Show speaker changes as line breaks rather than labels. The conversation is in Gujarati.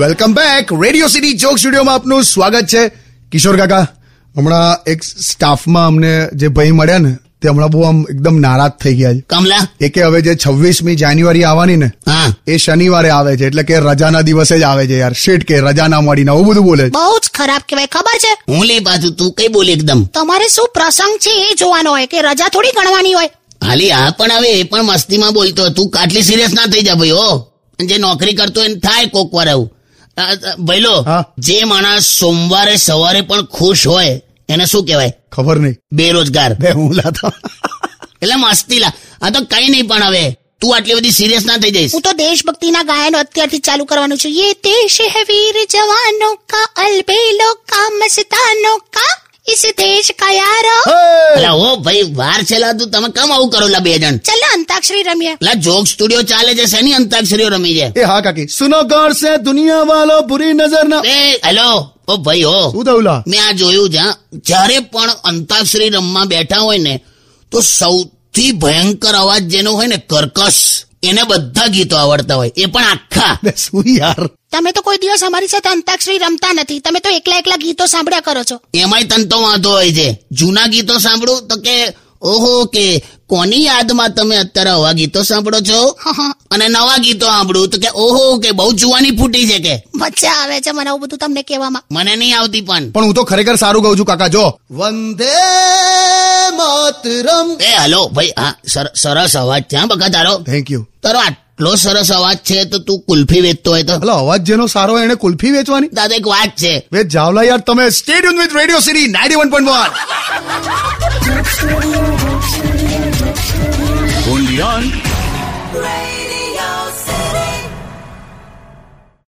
Welcome back radio city joke સ્ટુડિયોમાં આપનું સ્વાગત છે કિશોર કાકા હમણાં એક સ્ટાફમાં અમને જે ભાઈ મળ્યા ને તે હમણાં બહુ આમ એકદમ નારાજ થઈ ગયા છે
કમલા
એ કે હવે જે છવ્વીસમી જાન્યુઆરી આવવાની ને
હા
એ શનિવારે આવે છે એટલે કે રજાના દિવસે જ આવે છે યાર શેટ કે રજા ના મળી ને આવું બધું બોલે છે
બહુ જ ખરાબ કહેવાય ખબર છે
હું લે પાછું તું કઈ બોલ એકદમ
તમારે શું પ્રસંગ છે એ જોવાનો હોય કે રજા થોડી ગણવાની હોય
હાલી આ પણ હવે એ પણ મસ્તીમાં બોલતો તું કાટલી સિરિયસ ના થઈ જા ભાઈ હો જે નોકરી કરતો એને થાય કોક વાર આવું આ, આ, ભઈલો
હા.
જે માણસ સોમવારે સવારે પણ ખુશ હોય એને શું કહેવાય
ખબર નહીં
બેરોજગાર
બે હું લાતા
એટલે મસ્તીલા આ તો કઈ નહીં પણ હવે તું આટલી બધી સિરિયસ ના થઈ જઈશ
હું તો દેશભક્તિના ગાયનો અત્યારથી ચાલુ કરવાનું છું યે દેશ હે વીર જવાનો કા અલબેલો કા મસ્તાનો કા ઇસ દેશ કા યારો
અલા ઓ ભાઈ વાર છે લા તું તમે કેમ આવું કરો લા બે જણ
ચલો અંતાક્ષરી રમીએ
લા જોક સ્ટુડિયો ચાલે છે શેની અંતાક્ષરીઓ રમી છે
એ હા કાકી સુનો ગોર સે દુનિયા વાલો બુરી નજર ના
એ હેલો ઓ ભાઈ હો
શું થયું લા?
મેં આ જોયું છે હા. જ્યારે પણ અંતાક્ષરી રમવા બેઠા હોય ને તો સૌથી ભયંકર અવાજ જેનો હોય ને કર્કશ એને બધા ગીતો આવડતા હોય એ પણ આખા
બે શું યાર
તમે તો કોઈ દિવસ અમારી સાથે અંતાક્ષરી રમતા નથી તમે તો એકલા એકલા ગીતો સાંભળ્યા કરો છો
એમાંય તંતો વાંધો હોય છે જૂના ગીતો સાંભળું તો કે ઓહો કે કોની યાદમાં તમે અત્યારે આવા ગીતો સાંભળો છો અને નવા ગીતો સાંભળું તો કે ઓહો કે બહુ જુવાની ફૂટી છે કે
મજા આવે છે મને આવું બધું તમને કહેવામાં
મને નહીં આવતી પણ
પણ હું તો ખરેખર સારું કહું છું કાકા જો વંદે માતરમ
એ હલો ભાઈ હા સર- સરસ અવાજ છે હા બકા તારો
થેન્ક યુ
તારો આટલો સરસ અવાજ છે તો તું કુલ્ફી વેચતો હોય તો
હલો અવાજ જેનો સારો હોય એને કુલ્ફી વેચવાની
દાદા એક વાત છે
બે જાવલા યાર તમે stadium with radio city ninety one point one
Undian.
Radio